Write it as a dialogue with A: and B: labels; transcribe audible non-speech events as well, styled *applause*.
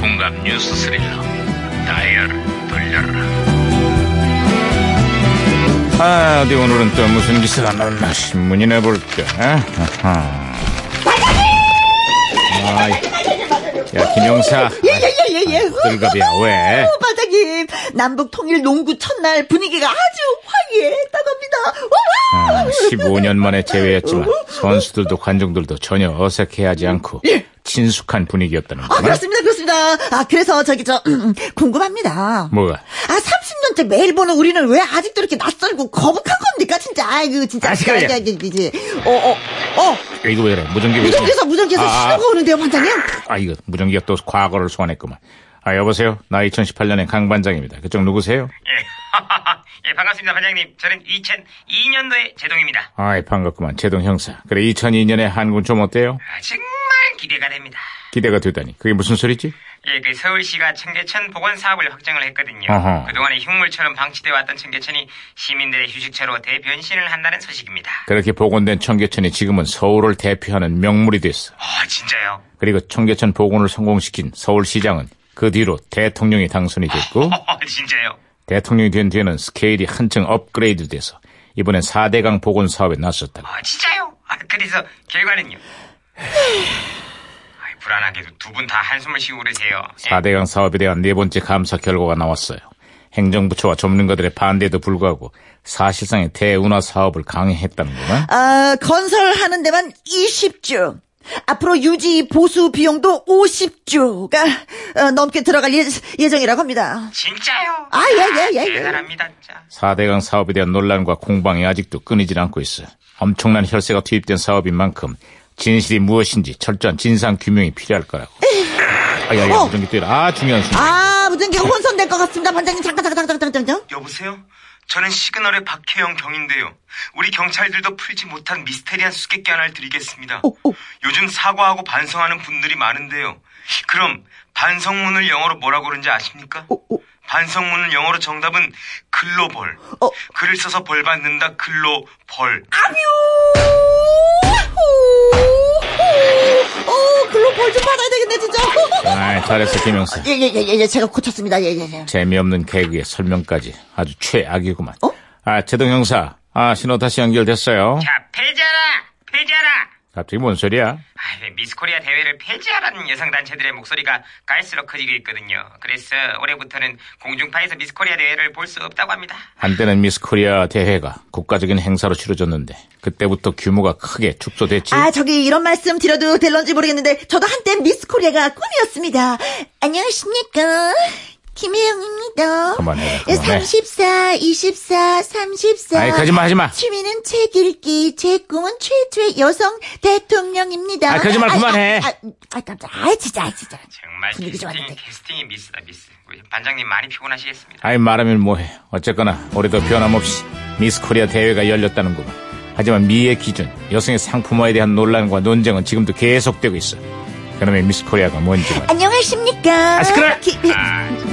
A: 공감 뉴스 스릴러 다이얼 돌려라
B: 아, 어디 오늘은 또 무슨 기사가 났나 신문이나 볼까? 아하. 아, 야, 김영사.
C: 예예예예예.
B: 들갑이야, 왜?
C: 반장님 남북 통일 농구 첫날 분위기가 아주 화기애애했다갑니다. 우와!
B: 15년 아, 만에 재회했지만 선수들도 관중들도 전혀 어색해하지 않고 친숙한 분위기였다는
C: 예. 아
B: 거야.
C: 그렇습니다 그렇습니다. 아 그래서 저기 저 음, 궁금합니다.
B: 뭐가?
C: 아 30년째 매일 보는 우리는 왜 아직도 이렇게 낯설고 거북한 겁니까 진짜 아이고 진짜
B: 아, 시끄러워.
C: 이제 어어어
B: 야, 이거 왜 이래? 무전기 왜 이래?
C: 무전기에서 무전기에서
B: 아,
C: 신호가 오는데요 반장님.
B: 아, 이거 무전기가 또 과거를 소환했구만. 아, 여보세요? 나 2018년의 강반장입니다. 그쪽 누구세요?
D: 예. *laughs* 예, 반갑습니다, 반장님. 저는 2002년도의 제동입니다.
B: 아이, 반갑구만. 제동 형사. 그래, 2002년에 한군 좀 어때요?
D: 아, 정말 기대가 됩니다.
B: 기대가 되다니. 그게 무슨 소리지?
D: 예, 그 서울시가 청계천 복원 사업을 확정을 했거든요.
B: 어허.
D: 그동안에 흉물처럼 방치되어 왔던 청계천이 시민들의 휴식처로 대변신을 한다는 소식입니다.
B: 그렇게 복원된 청계천이 지금은 서울을 대표하는 명물이 됐어.
D: 아, 진짜요?
B: 그리고 청계천 복원을 성공시킨 서울시장은 그 뒤로 대통령이 당선이 됐고
D: 어, 진짜요?
B: 대통령이 된 뒤에는 스케일이 한층 업그레이드 돼서 이번엔 4대강 복원 사업에 나섰다고.
D: 아, 진짜요? 아, 그래서 결과는요? 아이, 불안하게도 두 분 다 한숨을 쉬고 그러세요. 예.
B: 4대강 사업에 대한 네 번째 감사 결과가 나왔어요. 행정부처와 전문가들의 반대에도 불구하고 사실상의 대운하 사업을 강행했다는구만.
C: 아 건설하는 데만 20조. 앞으로 유지 보수 비용도 50조가 넘게 들어갈 예- 예정이라고 합니다.
D: 진짜요?
C: 아, 예, 예, 예, 예.
D: 대단합니다, 진짜.
B: 4대강 사업에 대한 논란과 공방이 아직도 끊이질 않고 있어. 엄청난 혈세가 투입된 사업인 만큼 진실이 무엇인지 철저한 진상 규명이 필요할 거라고. 아야야
C: 어.
B: 무전기 뛰라. 아 중요한 순간.
C: 아, 무전기가 혼선될 것 같습니다. 반장님, 잠깐, 잠깐, 잠깐, 잠깐, 잠깐.
D: 여보세요? 저는 시그널의 박혜영 경인데요. 우리 경찰들도 풀지 못한 미스테리한 수수께끼 하나를 드리겠습니다.
C: 오, 오.
D: 요즘 사과하고 반성하는 분들이 많은데요. 그럼 반성문을 영어로 뭐라고 그러는지 아십니까? 반성문을 영어로 정답은 글로벌.
C: 어.
D: 글을 써서 벌 받는다 글로벌.
C: 아뮤! 오, 어, 글로벌 좀 받아야 되겠네, 진짜.
B: 아 잘했어 김영사.
C: 예, 예, 예, 예, 예, 제가 고쳤습니다. 예, 예, 예.
B: 재미없는 개그의 설명까지 아주 최악이구만.
C: 어?
B: 아 제동 형사. 아 신호 다시 연결됐어요.
D: 자, 패자라! 패자라!
B: 갑자기 뭔 소리야?
D: 아, 왜 미스코리아 대회를 폐지하라는 여성 단체들의 목소리가 갈수록 커지고 있거든요. 그래서 올해부터는 공중파에서 미스코리아 대회를 볼 수 없다고 합니다.
B: 한때는 미스코리아 대회가 국가적인 행사로 치러졌는데 그때부터 규모가 크게 축소됐지.
C: 아, 저기, 이런 말씀 드려도 될런지 모르겠는데, 저도 한때 미스 코리아가 꿈이었습니다. 안녕하십니까. 김혜영입니다.
B: 그만해라, 그만해.
C: 34, 24, 34.
B: 아이 가지마 하지마.
C: 취미는 책 읽기, 제 꿈은 최초의 여성 대통령입니다.
B: 아, 그러지 말, 그만해.
C: 아, 아, 아, 깜짝, 아, 진짜, 아, 진짜.
D: 정말
C: 분위기 좀
D: 캐스팅,
C: 안 돼.
D: 캐스팅이 미스다 미스. 우리 반장님 많이 피곤하시겠습니다.
B: 아이 말하면 뭐해 어쨌거나 올해도 변함없이 미스코리아 대회가 열렸다는구만 하지만 미의 기준 여성의 상품화에 대한 논란과 논쟁은 지금도 계속되고 있어 그놈의 미스코리아가 뭔지 말이야
C: 안녕하십니까.
B: 아, 시끄러워.
C: 기-
D: 아, 진짜.